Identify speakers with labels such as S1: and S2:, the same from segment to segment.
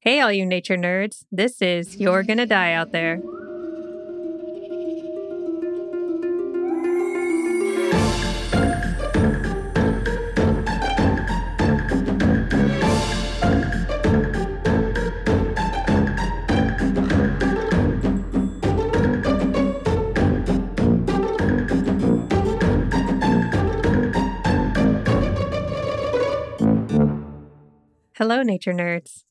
S1: Hey, all you nature nerds. This is You're Gonna Die Out There. Hello, nature nerds.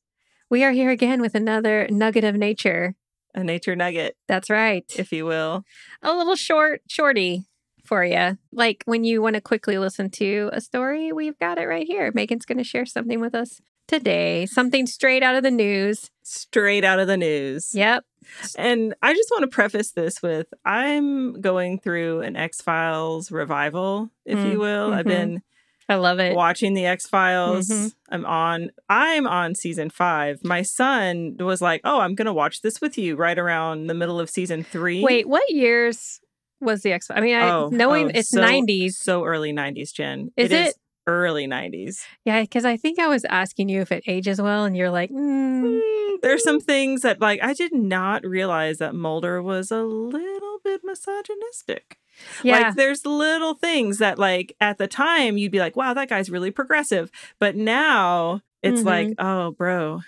S1: We are here again with another nugget of nature.
S2: a nature nugget,
S1: That's right.
S2: if you will.
S1: a little short, shorty for you. Like when you want to quickly listen to a story, we've got it right here. Megan's going to share something with us today, something straight out of the news.
S2: Straight out of the news.
S1: Yep.
S2: And I just want to preface this with I'm going through an X Files revival, if
S1: Mm,
S2: you will. I've
S1: mhm.
S2: been
S1: I love it.
S2: watching the X Files.
S1: Mhm.
S2: I'm on I'm on season 5. My son was like, "Oh, I'm going to watch this with you right around the middle of season 3."
S1: Wait, what years was the X? I mean, I,
S2: Oh,
S1: knowing
S2: oh,
S1: it's
S2: so-
S1: 90s.
S2: So early 90s, Jen.
S1: Is
S2: it is
S1: it?
S2: early 90s.
S1: Yeah, because I think I was asking you if it ages well, and you're like, mm,
S2: Mm, There's some things that like I did not realize that Mulder was a little bit misogynistic.
S1: yeah.
S2: Like there's little things that like at the time you'd be like, wow, that guy's really progressive. But now it's
S1: Mhm.
S2: like, oh bro.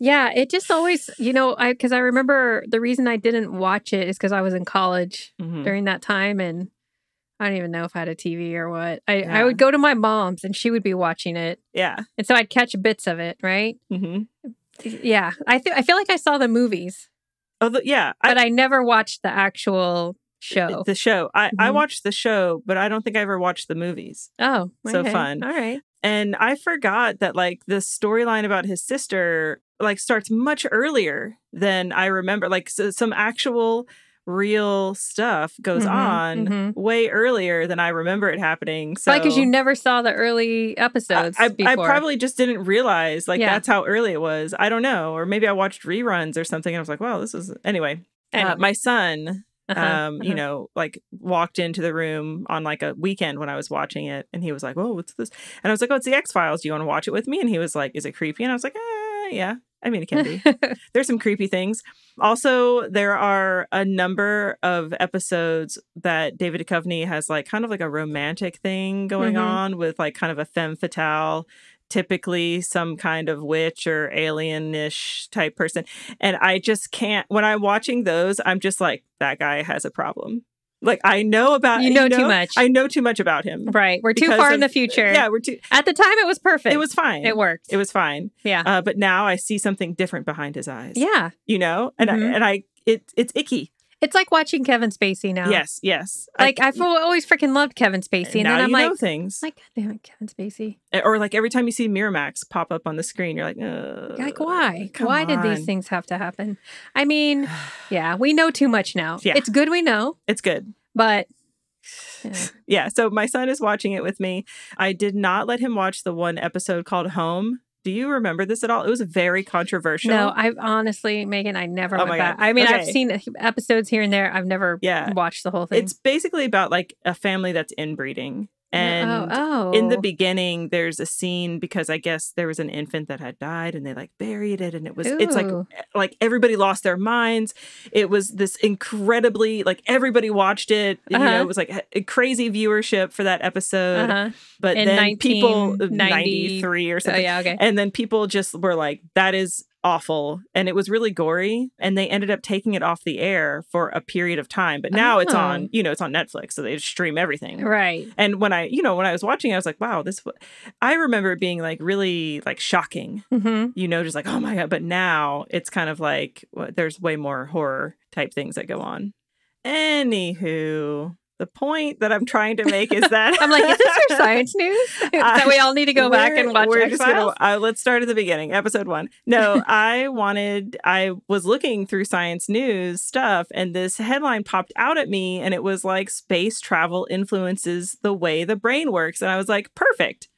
S1: Yeah, it just always, you know, I because I remember the reason I didn't watch it is because I was in college
S2: Mhm.
S1: during that time, and I don't even know if I had a TV or what. I I
S2: Yeah.
S1: would go to my mom's, and she would be watching it,
S2: Yeah.
S1: and so I'd catch bits of it. Right?
S2: hmm
S1: Yeah, I th- I feel like I saw the movies,
S2: Oh the, yeah. I,
S1: but I never watched the actual show.
S2: the show. I, I
S1: Mhm.
S2: watched the show, but I don't think I ever watched the movies.
S1: oh,
S2: so
S1: okay.
S2: fun.
S1: All right.
S2: And I forgot that like the storyline about his sister like starts much earlier than I remember. Like so, some actual real stuff goes
S1: Mhm,
S2: on
S1: mhm.
S2: way earlier than I remember it happening. So
S1: Probably because you never saw the early episodes
S2: I, I-
S1: before.
S2: I probably just didn't realize like
S1: Yeah.
S2: that's how early it was. I don't know, or maybe I watched reruns or something, and I was like, "Wow, this is anyway."
S1: I
S2: Uh,
S1: don't
S2: my son,
S1: Uh-huh,
S2: um, you
S1: uh-huh.
S2: know, like walked into the room on like a weekend when I was watching it, and he was like, "Whoa, what's this?" And I was like, "Oh, it's the X Files. Do you want to watch it with me?" And he was like, "Is it creepy?" And I was like, eh, "Yeah." I mean, it can be. There's some creepy things. Also, there are a number of episodes that David Duchovny has like kind of like a romantic thing going
S1: Mhm.
S2: on with like kind of a femme fatale, typically some kind of witch or alien-ish type person. And I just can't when I'm watching those, I'm just like, that guy has a problem. Like I know about
S1: You know too much.
S2: I know too much about him.
S1: right. We're too
S2: because
S1: far in
S2: of-
S1: the future.
S2: Yeah, we're too
S1: At the time, it was perfect.
S2: it was fine.
S1: It worked.
S2: It was fine.
S1: Yeah.
S2: Uh, but now I see something different behind his eyes
S1: yeah.
S2: you know and
S1: Mhm.
S2: I, and I it it's icky
S1: It's like watching Kevin Spacey now.
S2: yes yes
S1: Like I've al- always freaking loved Kevin Spacey, and
S2: now
S1: then I'm
S2: you
S1: like,
S2: know things
S1: like God damn it, Kevin Spacey.
S2: or like every time you see Miramax pop up on the screen you're like Ugh,
S1: Like why?
S2: come
S1: Why did these
S2: on."
S1: things have to happen? I mean, yeah, we know too much now.
S2: Yeah.
S1: It's good we know,
S2: it's good
S1: but yeah.
S2: yeah so my son is watching it with me I did not let him watch the one episode called Home do you remember this at all it was very controversial
S1: no, I honestly, Megan, I never
S2: Oh
S1: went
S2: my
S1: back.
S2: God.
S1: I mean, I've
S2: Okay.
S1: seen e, episodes here and there. I've never
S2: Yeah.
S1: watched the whole thing.
S2: it's basically about like a family that's inbreeding and
S1: Yeah, oh,
S2: in the
S1: oh.
S2: beginning there's a scene because i guess there was an infant that had died and they like buried it and it was it's like
S1: Ooh.
S2: like everybody lost their minds it was this incredibly like everybody watched it you
S1: Uh-huh.
S2: know it was like a crazy viewership for that episode
S1: uh-huh.
S2: but
S1: In
S2: then people
S1: 1990
S2: 93 or
S1: Oh,
S2: something
S1: yeah, okay.
S2: and then people just were like that is awful and it was really gory and they ended up taking it off the air for a period of time but now it's
S1: Oh.
S2: on you know it's on netflix so they just stream everything
S1: right.
S2: and when I, you know, when I was watching, it, I was like, wow, this, w-. I remember it being like really like shocking,
S1: hmm
S2: you know, just like, oh my God. But now it's kind of like well, there's way more horror type things that go on. Anywho, the point that I'm trying to make is that
S1: I'm like, is this your science news? that we all need to go back and
S2: We're-
S1: watch
S2: we're
S1: X
S2: just gonna-
S1: Files.
S2: uh, let's start at the beginning, episode one. No, I wanted. I was looking through science news stuff, and this headline popped out at me, and it was like space travel influences the way the brain works, and I was like, perfect.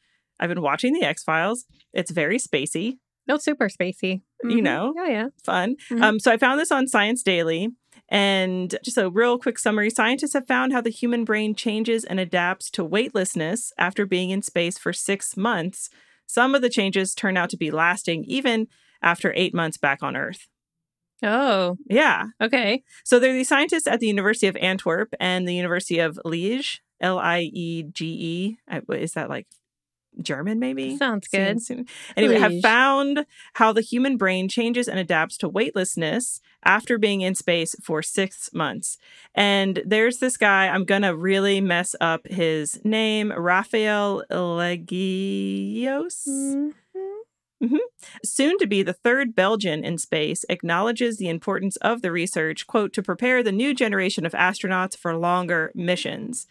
S2: I've been watching the X Files. It's very spacey,
S1: No, super spacey.
S2: You know?
S1: Oh yeah.
S2: fun.
S1: Mhm.
S2: Um, so I found this on Science Daily. And just a real quick summary scientists have found how the human brain changes and adapts to weightlessness after being in space for six months. Some of the changes turn out to be lasting, even after eight months back on Earth.
S1: Oh,
S2: Yeah.
S1: okay.
S2: So they're these scientists at the University of Antwerp and the University of Liege, L I E G E. Is that like German, maybe?
S1: Sounds good.
S2: Soon- soon. Anyway, have
S1: Liege.
S2: found how the human brain changes and adapts to weightlessness after being in space for six months. And there's this guy, I'm going to really mess up his name, Raphael Legios
S1: Mhm.
S2: Mm-hmm. soon to be the third Belgian in space, acknowledges the importance of the research, quote, to prepare the new generation of astronauts for longer missions.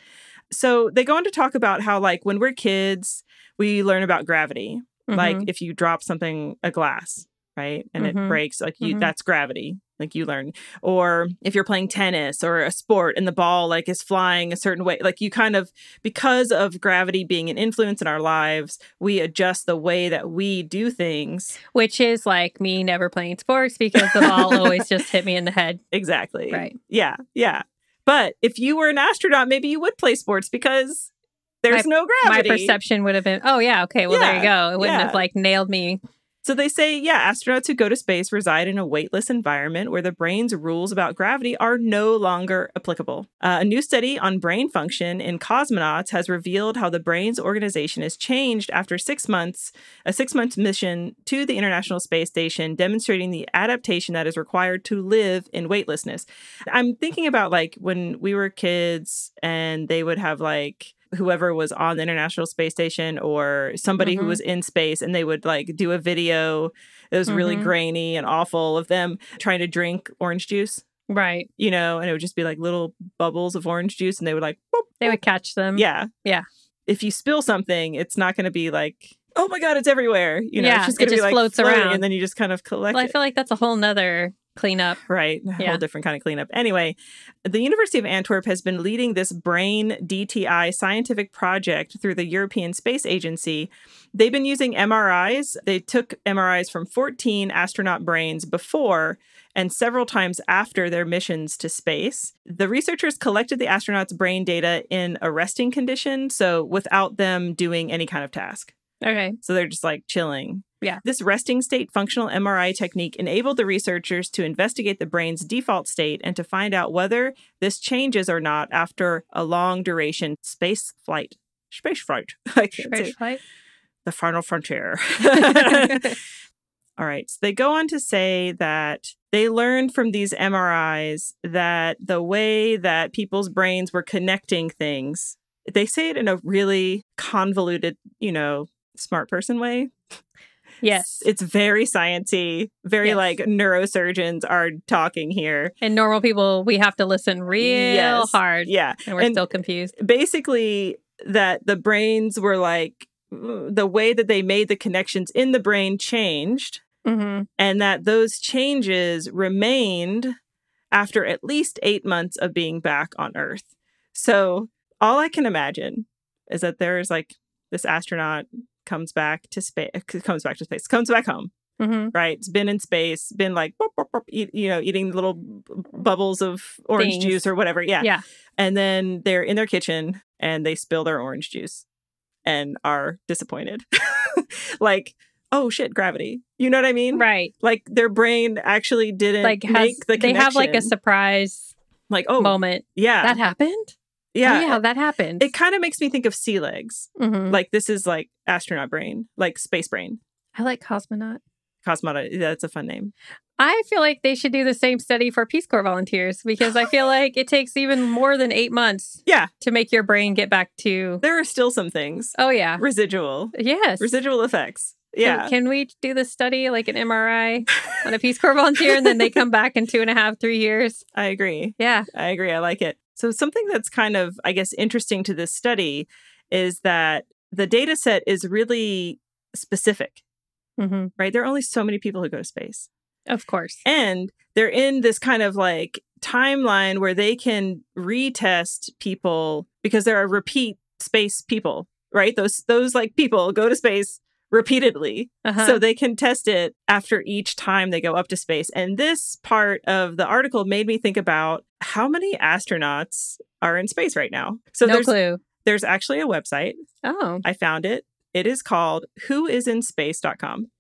S2: So they go on to talk about how, like, when we're kids, we learn about gravity. Like,
S1: Mhm.
S2: if you drop something, a glass, right, and
S1: Mhm.
S2: it breaks, like, you
S1: Mhm.
S2: that's gravity. Like you learn, or if you're playing tennis or a sport and the ball like is flying a certain way, like you kind of because of gravity being an influence in our lives, we adjust the way that we do things
S1: which is like me never playing sports because the ball always just hit me in the head.
S2: Exactly.
S1: Right.
S2: Yeah. Yeah. But if you were an astronaut, maybe you would play sports because there's no
S1: My
S2: gravity.
S1: perception would have been, oh yeah, okay, well there you go. It wouldn't
S2: yeah.
S1: have like nailed me.
S2: so they say, yeah, astronauts who go to space reside in a weightless environment where the brain's rules about gravity are no longer applicable. Uh, a new study on brain function in cosmonauts has revealed how the brain's organization is changed after six months, a six month mission to the International Space Station, demonstrating the adaptation that is required to live in weightlessness. I'm thinking about like when we were kids and they would have like whoever was on the International Space Station or somebody
S1: Mhm.
S2: who was in space and they would like do a video that was really
S1: Mhm.
S2: grainy and awful of them trying to drink orange juice,
S1: Right.
S2: you know, and it would just be like little bubbles of orange juice and they would like, boop,
S1: They would catch them.
S2: yeah.
S1: Yeah.
S2: If you spill something, it's not going to be like, oh my God, it's everywhere. You know,
S1: Yeah,
S2: it's just
S1: it
S2: going to be
S1: just
S2: like
S1: floats
S2: floating,
S1: around.
S2: And then you just kind of collect
S1: Well, I
S2: it.
S1: feel like that's a whole nother cleanup.
S2: Right. A
S1: Yeah.
S2: whole different kind of cleanup. Anyway, the University of Antwerp has been leading this brain DTI scientific project through the European Space Agency. They've been using MRIs. They took MRIs from 14 astronaut brains before and several times after their missions to space. The researchers collected the astronauts' brain data in a resting condition, so without them doing any kind of task.
S1: Okay.
S2: So they're just like chilling.
S1: Yeah.
S2: This resting state functional MRI technique enabled the researchers to investigate the brain's default state and to find out whether this changes or not after a long duration space flight. Space flight. I can't say-
S1: Fresh flight.
S2: the final frontier. All right. So they go on to say that they learned from these MRIs that the way that people's brains were connecting things, they say it in a really convoluted, you know, smart person way.
S1: yes.
S2: It's very sciencey, very
S1: Yes.
S2: like neurosurgeons are talking here.
S1: And normal people, we have to listen real
S2: Yes.
S1: hard
S2: Yeah.
S1: and we're
S2: And-
S1: still confused.
S2: Basically that the brains were like mm, the way that they made the connections in the brain changed
S1: Mm-hmm.
S2: and that those changes remained after at least 8 months of being back on earth. So, all I can imagine is that there is like this astronaut comes back to space comes back to space comes back home
S1: Mm-hmm.
S2: right? It's been in space, been like, "Bop, bop, bop," eat- you know, eating little b- bubbles of orange
S1: Things.
S2: juice or whatever. Yeah.
S1: Yeah.
S2: And then they're in their kitchen and they spill their orange juice and are disappointed. like, oh shit, gravity. You know what I mean?
S1: Right.
S2: Like their brain actually didn't
S1: Like has,
S2: make the
S1: they
S2: connection.
S1: have like a surprise
S2: like oh
S1: moment.
S2: yeah
S1: That happened?
S2: yeah.
S1: Oh, yeah, that happened.
S2: It kind of makes me think of sea legs.
S1: Mhm.
S2: Like this is like astronaut brain, like space brain.
S1: I like cosmonaut.
S2: Cosmonaut. That's a fun name.
S1: I feel like they should do the same study for Peace Corps volunteers because I feel like it takes even more than eight months
S2: Yeah.
S1: to make your brain get back to,
S2: There are still some things
S1: oh, yeah.
S2: residual.
S1: Yes.
S2: residual effects.
S1: Can-
S2: Yeah.
S1: Can, we do the study like an MRI on a Peace Corps volunteer and then they come back in two and a half, three years?
S2: I agree.
S1: Yeah.
S2: I agree. I like it. So, something that's kind of, I guess, interesting to this study is that the data set is really specific,
S1: hmm
S2: right? There are only so many people who go to space,
S1: Of course.
S2: and they're in this kind of like timeline where they can retest people because there are repeat space people, right? Those, those like people go to space repeatedly
S1: Uh-huh.
S2: So they can test it after each time they go up to space. And this part of the article made me think about how many astronauts are in space right now. So
S1: no
S2: there's
S1: clue.
S2: there's actually a website.
S1: Oh,
S2: I found it. It is called whoisinspace.com.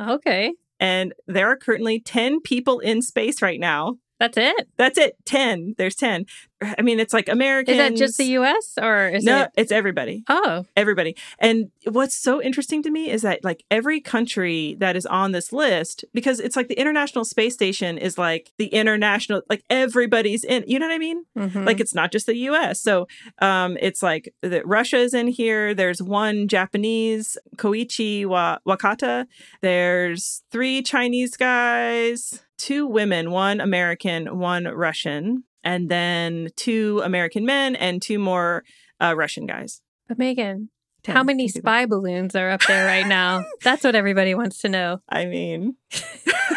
S1: okay.
S2: And there are currently 10 people in space right now.
S1: That's it.
S2: That's it. 10. There's 10. I mean, it's like Americans.
S1: Is that just the U.S. or is
S2: No,
S1: it?
S2: it's everybody.
S1: Oh,
S2: Everybody. And what's so interesting to me is that like every country that is on this list, because it's like the International Space Station is like the international, like everybody's in, you know what I mean?
S1: mhm.
S2: Like it's not just the U.S. So um, it's like the, Russia is in here. There's one Japanese Koichi Wa- Wakata. There's three Chinese guys, two women, one American, one Russian, and then two American men and two more uh, Russian guys.
S1: but Megan,
S2: Ten
S1: how many
S2: people.
S1: spy balloons are up there right now? That's what everybody wants to know.
S2: I mean,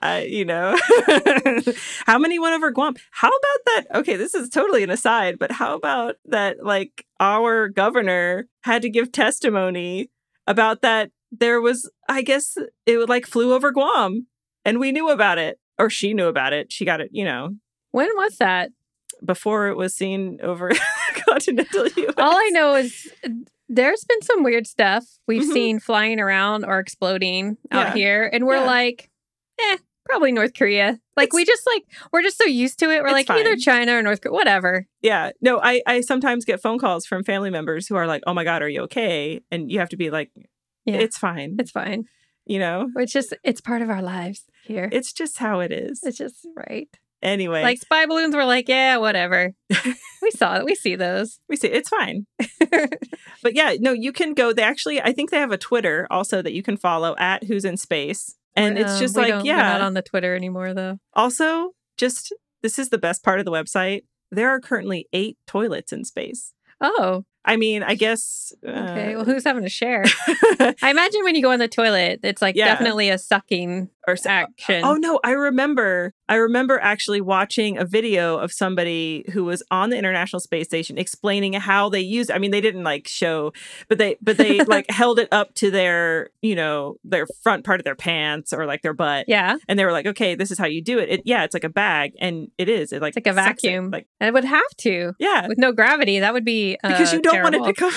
S2: I, you know, how many went over Guam? How about that? Okay, this is totally an aside, but how about that? Like, our governor had to give testimony about that. There was, I guess, it would like flew over Guam and we knew about it, or she knew about it. She got it, you know,
S1: When was that?
S2: before it was seen over continental US.
S1: All I know is uh, there's been some weird stuff we've
S2: Mhm.
S1: seen flying around or exploding
S2: Yeah.
S1: out here, and we're
S2: Yeah.
S1: like, eh, probably North Korea. Like
S2: It's-
S1: we just like we're just so used to it. We're
S2: It's
S1: like either
S2: fine.
S1: China or North Korea, whatever.
S2: Yeah. No, I, I sometimes get phone calls from family members who are like, oh my God, are you okay? And you have to be like,
S1: Yeah.
S2: it's fine.
S1: It's fine.
S2: you know,
S1: It's just it's part of our lives here. It's,
S2: it's just how it is.
S1: just right.
S2: Anyway,
S1: Like spy balloons, we're like, yeah, whatever. we saw it. We see those.
S2: we say it's fine. But yeah, no, you can go. They actually, I think they have a Twitter also that you can follow at Who's in Space. And it's
S1: Um,
S2: just
S1: we
S2: like,
S1: don't- we're not
S2: yeah.
S1: on the Twitter anymore though.
S2: also, just this is the best part of the website. There are currently eight toilets in space.
S1: Oh,
S2: I mean, I guess. Uh,
S1: okay. well, who's having a share? I imagine when you go on the toilet, it's like
S2: Yeah.
S1: definitely a sucking
S2: or so-
S1: action.
S2: Oh no, I remember. I remember actually watching a video of somebody who was on the International Space Station explaining how they used. I mean, they didn't like show, but they but they like held it up to their you know their front part of their pants or like their butt,
S1: yeah,
S2: and they were like, okay, this is how you do it. it yeah, it's like a bag, and it is. It like
S1: It's like a
S2: sucks it,
S1: vacuum.
S2: Like
S1: and it would have to
S2: yeah,
S1: with no gravity. That would be uh,
S2: because you don't want it
S1: terrible.
S2: to come.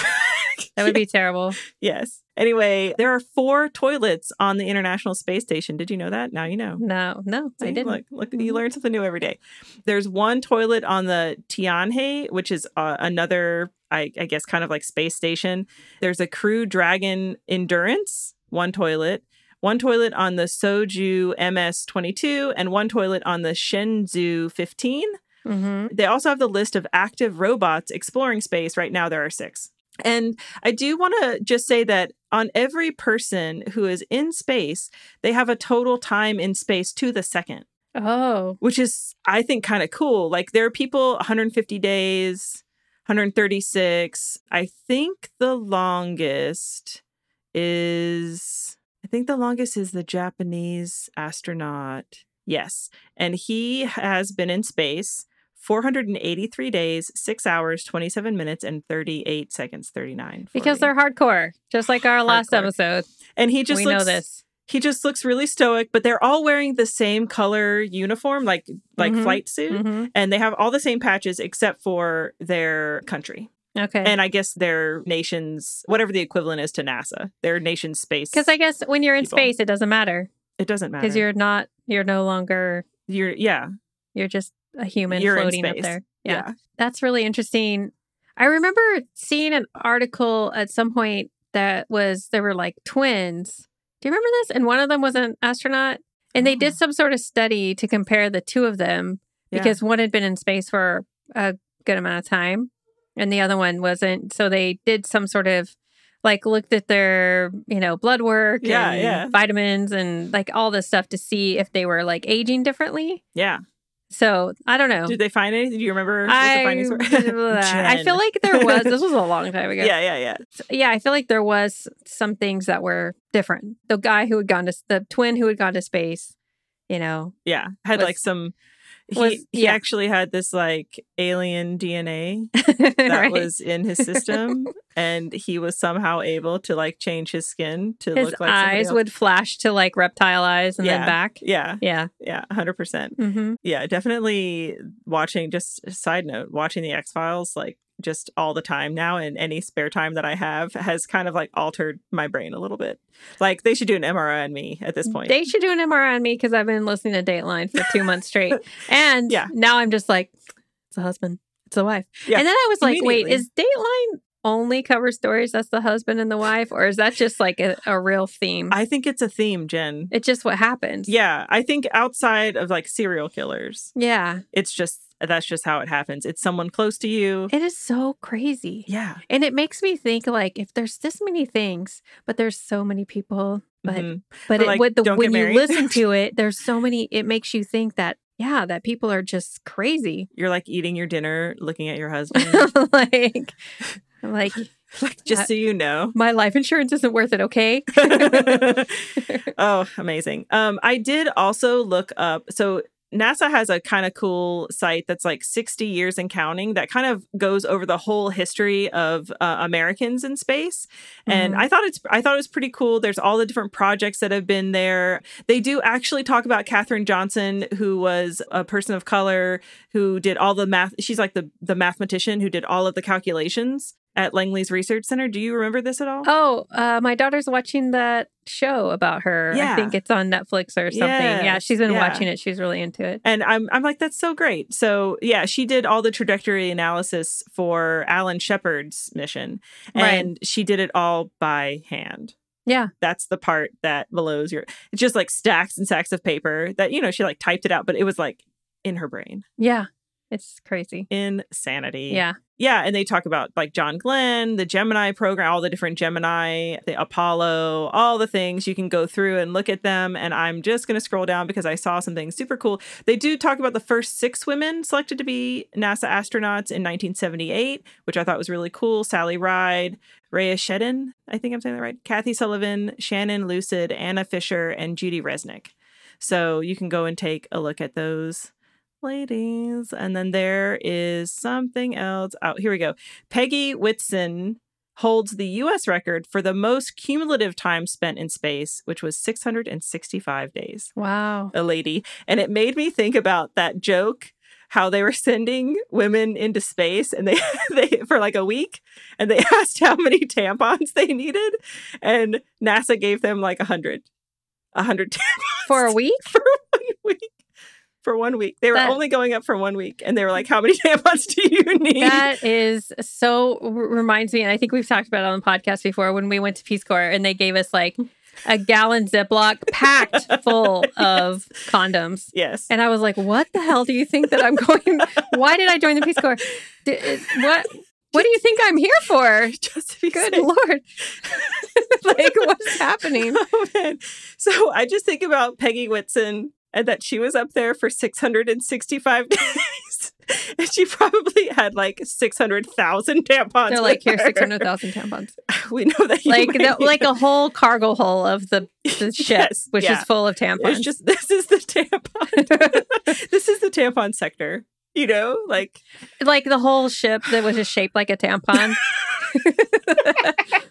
S1: That would be terrible.
S2: yes. Anyway, there are four toilets on the International Space Station. Did you know that? Now you know.
S1: No, no, I
S2: See?
S1: didn't.
S2: Look, look,
S1: Mhm.
S2: you learn something new every day. There's one toilet on the Tianhe, which is uh, another, I, I guess, kind of like space station. There's a Crew Dragon Endurance, one toilet, one toilet on the Soju MS-22, and one toilet on the Shenzhou 15.
S1: Mhm.
S2: They also have the list of active robots exploring space. Right now, there are six. And I do want to just say that on every person who is in space, they have a total time in space to the second,
S1: Oh,
S2: which is, I think, kind of cool. Like there are people 150 days, 136. I think the longest is, I think the longest is the Japanese astronaut. Yes. And he has been in space 483 days, 6 hours, 27 minutes, and 38 seconds, 39. for
S1: because
S2: me.
S1: they're hardcore, just like our last
S2: Hardcore.
S1: episode.
S2: and he just
S1: we
S2: looks
S1: know this.
S2: he just looks really stoic, but they're all wearing the same color uniform, like like
S1: Mhm.
S2: flight suit,
S1: Mhm.
S2: and they have all the same patches except for their country.
S1: Okay.
S2: And I guess their nation's whatever the equivalent is to NASA, their nation's space.
S1: Because I guess when you're in
S2: people.
S1: space, it doesn't matter
S2: it doesn't matter
S1: because you're not, you're no longer,
S2: you're yeah
S1: you're just a human
S2: You're in
S1: floating up
S2: space.
S1: there.
S2: yeah.
S1: That's really interesting. I remember seeing an article at some point that was, there were like twins. Do you remember this? And one of them was an astronaut. And they did
S2: Oh.
S1: some sort of study to compare the two of them
S2: Yeah.
S1: because one had been in space for a good amount of time and the other one wasn't. So they did some sort of like looked at their, you know, blood work
S2: Yeah,
S1: and
S2: yeah.
S1: vitamins and like all this stuff to see if they were like aging differently.
S2: yeah.
S1: So I don't know.
S2: Did they find anything? Do you remember what the
S1: Oh. I,
S2: findings were?
S1: I feel
S2: Jen.
S1: like there was this was a long time ago.
S2: yeah, yeah, yeah.
S1: So, yeah, I feel like there was some things that were different. The guy who had gone to s- the twin who had gone to space, you know,
S2: Yeah. Had
S1: Was-
S2: like some he,
S1: was-
S2: he
S1: yeah.
S2: actually had this like alien DNA
S1: that
S2: that was in his system and he was somehow able to like change his skin to
S1: his
S2: look like somebody
S1: eyes
S2: else.
S1: would flash to like reptile eyes and
S2: Yeah.
S1: then back.
S2: Yeah,
S1: Yeah.
S2: yeah, 100%.
S1: hmm
S2: Yeah, definitely watching just a side note, watching the X-Files like just all the time now and any spare time that I have has kind of like altered my brain a little bit. Like they should do an MRI on me at this point.
S1: Mm, They should do an MRI on me because I've been listening to Dateline for two months straight. And
S2: Yeah.
S1: now I'm just like, it's a husband, it's a wife.
S2: Yeah.
S1: And then I was like, wait,
S2: Immediately.
S1: is Dateline only cover stories that's the husband and the wife? Or is that just like a, a real theme?
S2: I think it's a theme, Jen.
S1: it's just what happens.
S2: Yeah, I think outside of like serial killers,
S1: Yeah.
S2: it's just that's just how it happens. It's someone close to you.
S1: It is so crazy.
S2: Yeah.
S1: And it makes me think like if there's this many things, but there's so many people, but
S2: Mhm.
S1: but
S2: But,
S1: it,
S2: like,
S1: with the
S2: don't get
S1: when you
S2: married.
S1: listen to it, there's so many. It makes you think that yeah, that people are just crazy.
S2: You're like eating your dinner, looking at your husband.
S1: like, I'm like
S2: like just so you know.
S1: my life insurance isn't worth it. Okay,
S2: oh, amazing. Um, I did also look up. So NASA has a kind of cool site that's like 60 years and counting that kind of goes over the whole history of uh, Americans in space. And
S1: Mhm.
S2: I thought it's I thought it was pretty cool. There's all the different projects that have been there. They do actually talk about Katherine Johnson, who was a person of color who did all the math. She's like the the mathematician who did all of the calculations at Langley's Research Center. Do you remember this at all?
S1: Oh, uh, my daughter's watching that show about her. I
S2: Yeah.
S1: think it's on Netflix or something. yeah,
S2: Yes,
S1: she's been
S2: yeah.
S1: watching it. She's really into it.
S2: And I'm I'm like, that's so great. So yeah, she did all the trajectory analysis for Alan Shepard's mission.
S1: Right.
S2: And she did it all by hand.
S1: Yeah.
S2: That's the part that belows your it's just like stacks and stacks of paper that, you know, she like typed it out, but it was like in her brain.
S1: Yeah, it's crazy.
S2: Insanity.
S1: Yeah,
S2: Yeah. And they talk about like John Glenn, the Gemini program, all the different Gemini, the Apollo, all the things. You can go through and look at them. And I'm just going to scroll down because I saw something super cool. They do talk about the first six women selected to be NASA astronauts in 1978, which I thought was really cool. Sally Ride, Rhea Shedden, I think I'm saying that right, Kathy Sullivan, Shannon Lucid, Anna Fisher, and Judy Resnick. So you can go and take a look at those ladies. And then there is something else. Oh, here we go. Peggy Whitson holds the US record for the most cumulative time spent in space, which was 665 days
S1: wow.
S2: a lady. And it made me think about that joke how they were sending women into space and they, they for like a week and they asked how many tampons they needed and NASA gave them like a hundred. A hundred
S1: For a week?
S2: for one week. For one week. They were
S1: That-
S2: only going up for one week and they were like, How many tampons do you need?
S1: That is so r- reminds me, and I think we've talked about it on the podcast before when we went to Peace Corps and they gave us like a gallon Ziploc packed full of condoms.
S2: yes.
S1: And I was like, "What the hell do you think that I'm going? Why did I join the Peace Corps? D- is- what? What do you think I'm here for?
S2: Just to be
S1: Good
S2: safe.
S1: lord! like, what's happening?
S2: Oh, man. So I just think about Peggy Whitson and that she was up there for 665 days. And she probably had like 600,000 tampons.
S1: They're like,
S2: with
S1: here's
S2: her.
S1: six hundred thousand tampons,
S2: We know that you
S1: like
S2: might
S1: the,
S2: need
S1: like
S2: it.
S1: a whole cargo hole of the, the ship,
S2: Yes,
S1: which
S2: yeah.
S1: is full of tampons.
S2: It's just, this is the tampon. this is the tampon sector. You know, like
S1: like the whole ship that was just shaped like a tampon.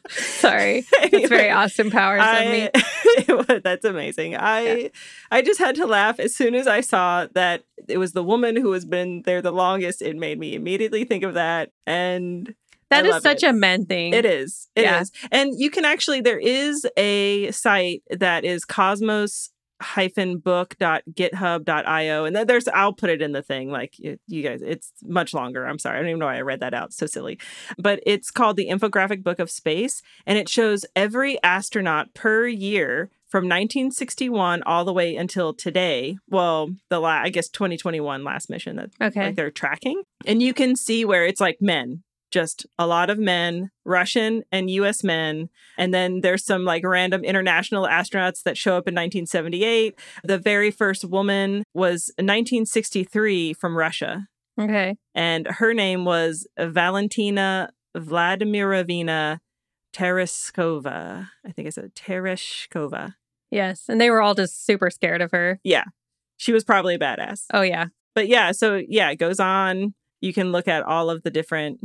S1: Sorry, that's very
S2: anyway.
S1: Austin Powers of me.
S2: I, it was- that's amazing. I I just had to laugh as soon as I saw that it was the woman who has been there the longest. It made me immediately think of that, and
S1: That
S2: I
S1: is
S2: love
S1: such
S2: it.
S1: a men thing.
S2: it is, it is.
S1: Yeah.
S2: and you can actually there is a site that is Cosmos hyphen book.github.io and then there's I'll put it in the thing like you, you guys it's much longer I'm sorry I don't even know why I read that out so silly but it's called the infographic book of space and it shows every astronaut per year from 1961 all the way until today well the la- I guess 2021 last mission that
S1: Okay.
S2: like they're tracking and you can see where it's like men just a lot of men russian and us men and then there's some like random international astronauts that show up in 1978 the very first woman was 1963 from russia
S1: Okay.
S2: and her name was valentina vladimirovna tereshkova i think it's a tereshkova
S1: Yes. And they were all just super scared of her.
S2: she was probably a badass
S1: Oh, yeah.
S2: but yeah so yeah it goes on you can look at all of the different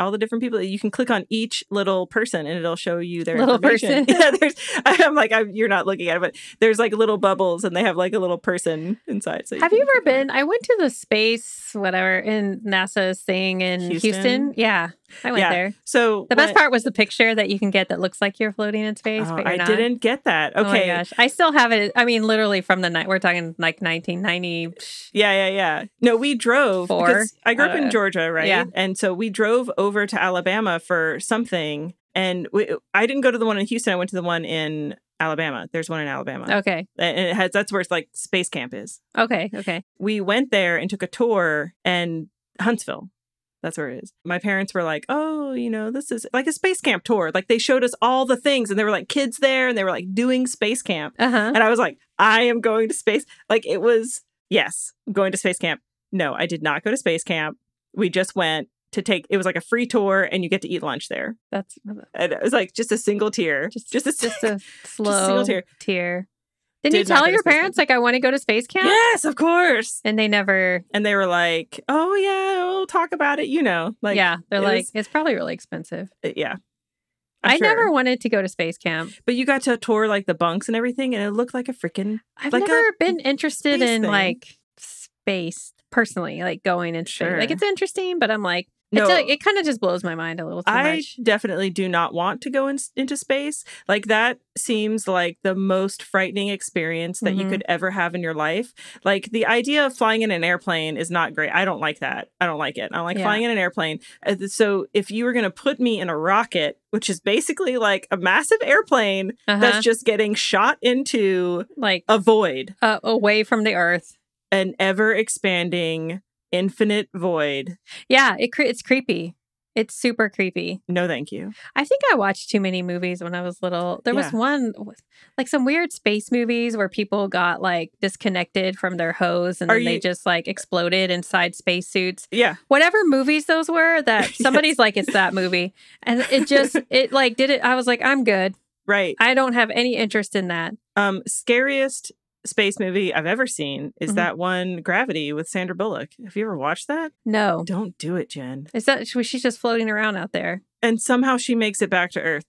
S2: all the different people. You can click on each little person, and it'll show you their
S1: Little
S2: information.
S1: person.
S2: yeah, there's. I'm like, I'm, you're not looking at it, but there's like little bubbles, and they have like a little person inside. So
S1: Have
S2: can
S1: you ever
S2: click on it.
S1: been? I went to the space, whatever, in NASA's thing in Houston.
S2: Houston?
S1: Yeah, I went
S2: Yeah.
S1: there.
S2: So
S1: The best
S2: what-
S1: part was the picture that you can get that looks like you're floating in space,
S2: Oh,
S1: but you're
S2: I
S1: not.
S2: didn't get that.
S1: Oh my
S2: Okay.
S1: gosh, I still have it. I mean, literally from the night we're talking like 1990.
S2: Yeah, yeah, yeah. No, we drove
S1: Four.
S2: because I grew up in
S1: Uh,
S2: Georgia, right?
S1: yeah.
S2: And so we drove over to Alabama for something, and we, I didn't go to the one in Houston. I went to the one in Alabama. There's one in Alabama,
S1: Okay,
S2: and it has that's where it's like space camp is.
S1: okay, okay.
S2: We went there and took a tour, and Huntsville. That's where it is. My parents were like, "Oh, you know, this is like a space camp tour." Like they showed us all the things, and there were like kids there, and they were like doing space camp.
S1: Uh huh.
S2: And I was like, I am going to space. Like it was, yes, I'm going to space camp. No, I did not go to space camp. We just went to take it was like a free tour and you get to eat lunch there.
S1: That's
S2: And it was like just a single tear. Just just a,
S1: just a slow
S2: single tear.
S1: tear. Didn't you
S2: Did not go
S1: tell
S2: to
S1: your
S2: space
S1: parents like I want to go to space camp?
S2: Yes, of course.
S1: And they never.
S2: And they were like, Oh yeah, we'll talk about it, you know. Like
S1: yeah, they're
S2: it
S1: like
S2: was-
S1: it's probably really expensive.
S2: yeah. I'm
S1: I
S2: sure.
S1: never wanted to go to space camp.
S2: but you got to tour like the bunks and everything, and it looked like a freaking
S1: I've
S2: like a
S1: never been interested
S2: space
S1: in
S2: thing.
S1: like space personally, like going into space. Like
S2: Sure.
S1: it's interesting, but I'm like,
S2: No.
S1: it's like, it kind of just blows my mind a little too
S2: I
S1: much.
S2: definitely do not want to go in, into space. Like that seems like the most frightening experience that you
S1: Mhm.
S2: could ever have in your life. Like the idea of flying in an airplane is not great. I don't like that. I don't like it. I don't like
S1: Yeah.
S2: flying in an airplane. Uh, th- So if you were going to put me in a rocket, which is basically like a massive airplane
S1: Uh-huh.
S2: that's Oh. just getting shot into
S1: like
S2: a void,
S1: uh, away from the Earth.
S2: an ever expanding infinite void.
S1: Yeah, it cre- it's creepy. It's super creepy.
S2: No, thank you.
S1: I think I watched too many movies when I was little. There was
S2: Yeah.
S1: one, like some weird space movies where people got like disconnected from their hose and
S2: Are
S1: then they
S2: you-
S1: just like exploded inside spacesuits.
S2: Yeah.
S1: whatever movies those were that
S2: Yes.
S1: somebody's like it's that movie and it just it like did it i was like i'm good
S2: Right.
S1: i don't have any interest in that
S2: Um, scariest space movie I've ever seen is
S1: Mhm.
S2: that one Gravity with Sandra Bullock. Have you ever watched that?
S1: no
S2: Don't do it, Jen.
S1: is that she- she's just floating around out there
S2: And somehow she makes it back to Earth.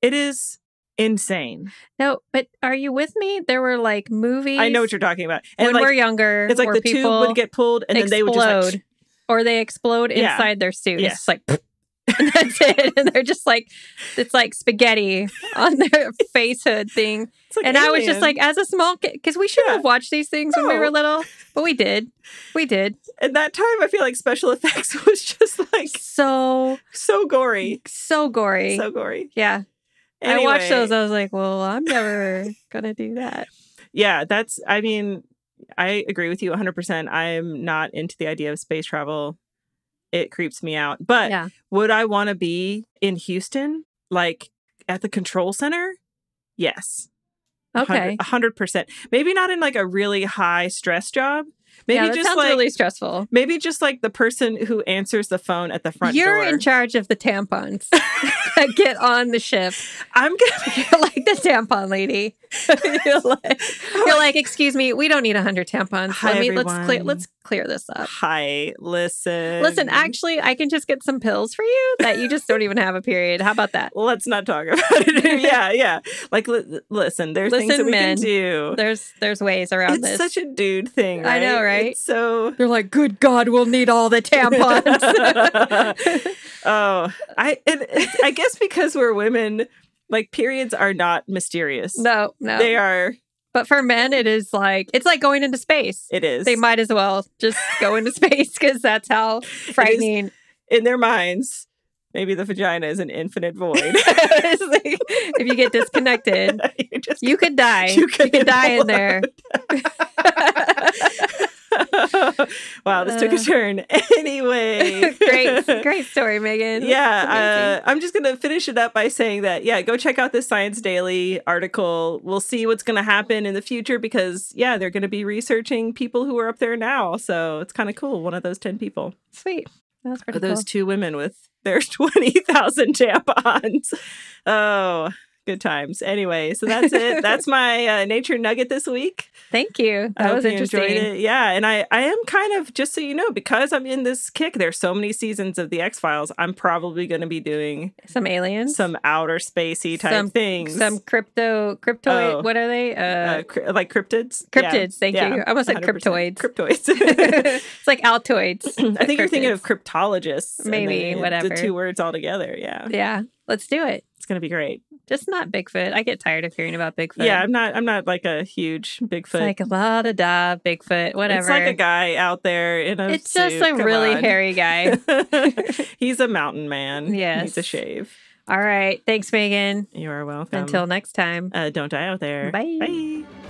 S2: It is insane.
S1: no but are you with me there were like movies
S2: I know what you're talking about. And
S1: when
S2: like,
S1: we're younger
S2: it's like
S1: where
S2: the tube
S1: people
S2: would get pulled and then they would just like,
S1: explode, or they explode
S2: Yeah.
S1: inside their suit
S2: Yes.
S1: it's just like and that's it and they're just like it's like spaghetti on their face hood thing
S2: it's like
S1: and I was
S2: alien.
S1: just like, as a small kid, because we shouldn't
S2: Yeah.
S1: have watched these things when we were
S2: No.
S1: little, but we did. We did.
S2: at that time, I feel like special effects was just like
S1: So,
S2: so gory,
S1: so gory.
S2: so gory.
S1: yeah. I watched
S2: Anyway,
S1: those. uh, I was like, well, I'm never going to do that.
S2: Yeah, that's. I mean, I agree with you 100. percent I'm not into the idea of space travel. It creeps me out. But
S1: yeah.
S2: Would I want to be in Houston, like at the control center? Yes. A hundred-
S1: Okay.
S2: a hundred percent. Maybe not in like a really high stress job. Maybe
S1: yeah, that
S2: just
S1: sounds
S2: like
S1: really stressful.
S2: maybe just like the person who answers the phone at the front
S1: You're
S2: door.
S1: in charge of the tampons that get on the ship.
S2: I'm gonna.
S1: You're like the tampon lady. you're, like, you're like, excuse me, we don't need hundred tampons.
S2: Hi,
S1: Let me let's clear
S2: everyone.
S1: let's clear this up.
S2: Hi, listen.
S1: Listen, actually, I can just get some pills for you that you just don't even have a period. How about that?
S2: Let's not talk about it. yeah, yeah. Like, li- listen. There's things
S1: Listen,
S2: that we
S1: men.
S2: can do.
S1: There's there's ways around
S2: It's
S1: this.
S2: such a dude thing.
S1: I know, right?
S2: It's so.
S1: They're like, good God, we'll need all the tampons.
S2: Oh, I it, it- I guess because we're women, like periods are not mysterious.
S1: no, no.
S2: They are.
S1: but for men, it is like it's like going into space.
S2: It is.
S1: They might as well just go into space because that's how frightening.
S2: in their minds. Maybe the vagina is an infinite void.
S1: It's like, if you get disconnected,
S2: you just
S1: you could die.
S2: You
S1: You
S2: could
S1: could, die in there.
S2: wow, this took a
S1: Uh.
S2: turn. Anyway,
S1: great, great story, Megan.
S2: Yeah,
S1: Amazing.
S2: uh, I'm just gonna finish it up by saying that. Yeah, go check out this Science Daily article. We'll see what's gonna happen in the future because yeah, they're gonna be researching people who are up there now. So it's kind of cool. One of those ten people,
S1: sweet. That was
S2: Or
S1: pretty
S2: those
S1: cool.
S2: two women with their twenty thousand tampons. Oh, Good times. Anyway, so that's it. That's my uh, nature nugget this week.
S1: Thank you. That
S2: I
S1: was
S2: hope you
S1: interesting.
S2: Enjoyed it. Yeah, and I I am kind of just so you know because I'm in this kick. There's so many seasons of the X Files. I'm probably going to be doing
S1: Some aliens.
S2: some outer spacey type
S1: Some-
S2: things.
S1: Some crypto cryptoid.
S2: Oh.
S1: What are they?
S2: uh,
S1: Uh,
S2: cr- like cryptids. Yeah.
S1: cryptids. Thank
S2: Yeah.
S1: you. I almost said
S2: 100%.
S1: cryptoids.
S2: Cryptoids.
S1: it's like altoids.
S2: I think you're thinking
S1: cryptids.
S2: of cryptologists. and
S1: Maybe,
S2: they-
S1: whatever.
S2: The two words all together. Yeah.
S1: Yeah, let's do it.
S2: It's going to be great.
S1: Just not Bigfoot. I get tired of hearing about Bigfoot.
S2: Yeah, I'm not I'm not like a huge
S1: it's
S2: Bigfoot.
S1: like a lot of da Bigfoot. Whatever.
S2: It's like a guy out there in a
S1: It's just
S2: suit.
S1: a
S2: Come
S1: really
S2: on.
S1: hairy guy.
S2: He's a mountain man.
S1: Yes.
S2: Needs a shave.
S1: All right. Thanks, Megan.
S2: You are welcome.
S1: Until next time.
S2: uh, don't die out there.
S1: Bye.
S2: Bye.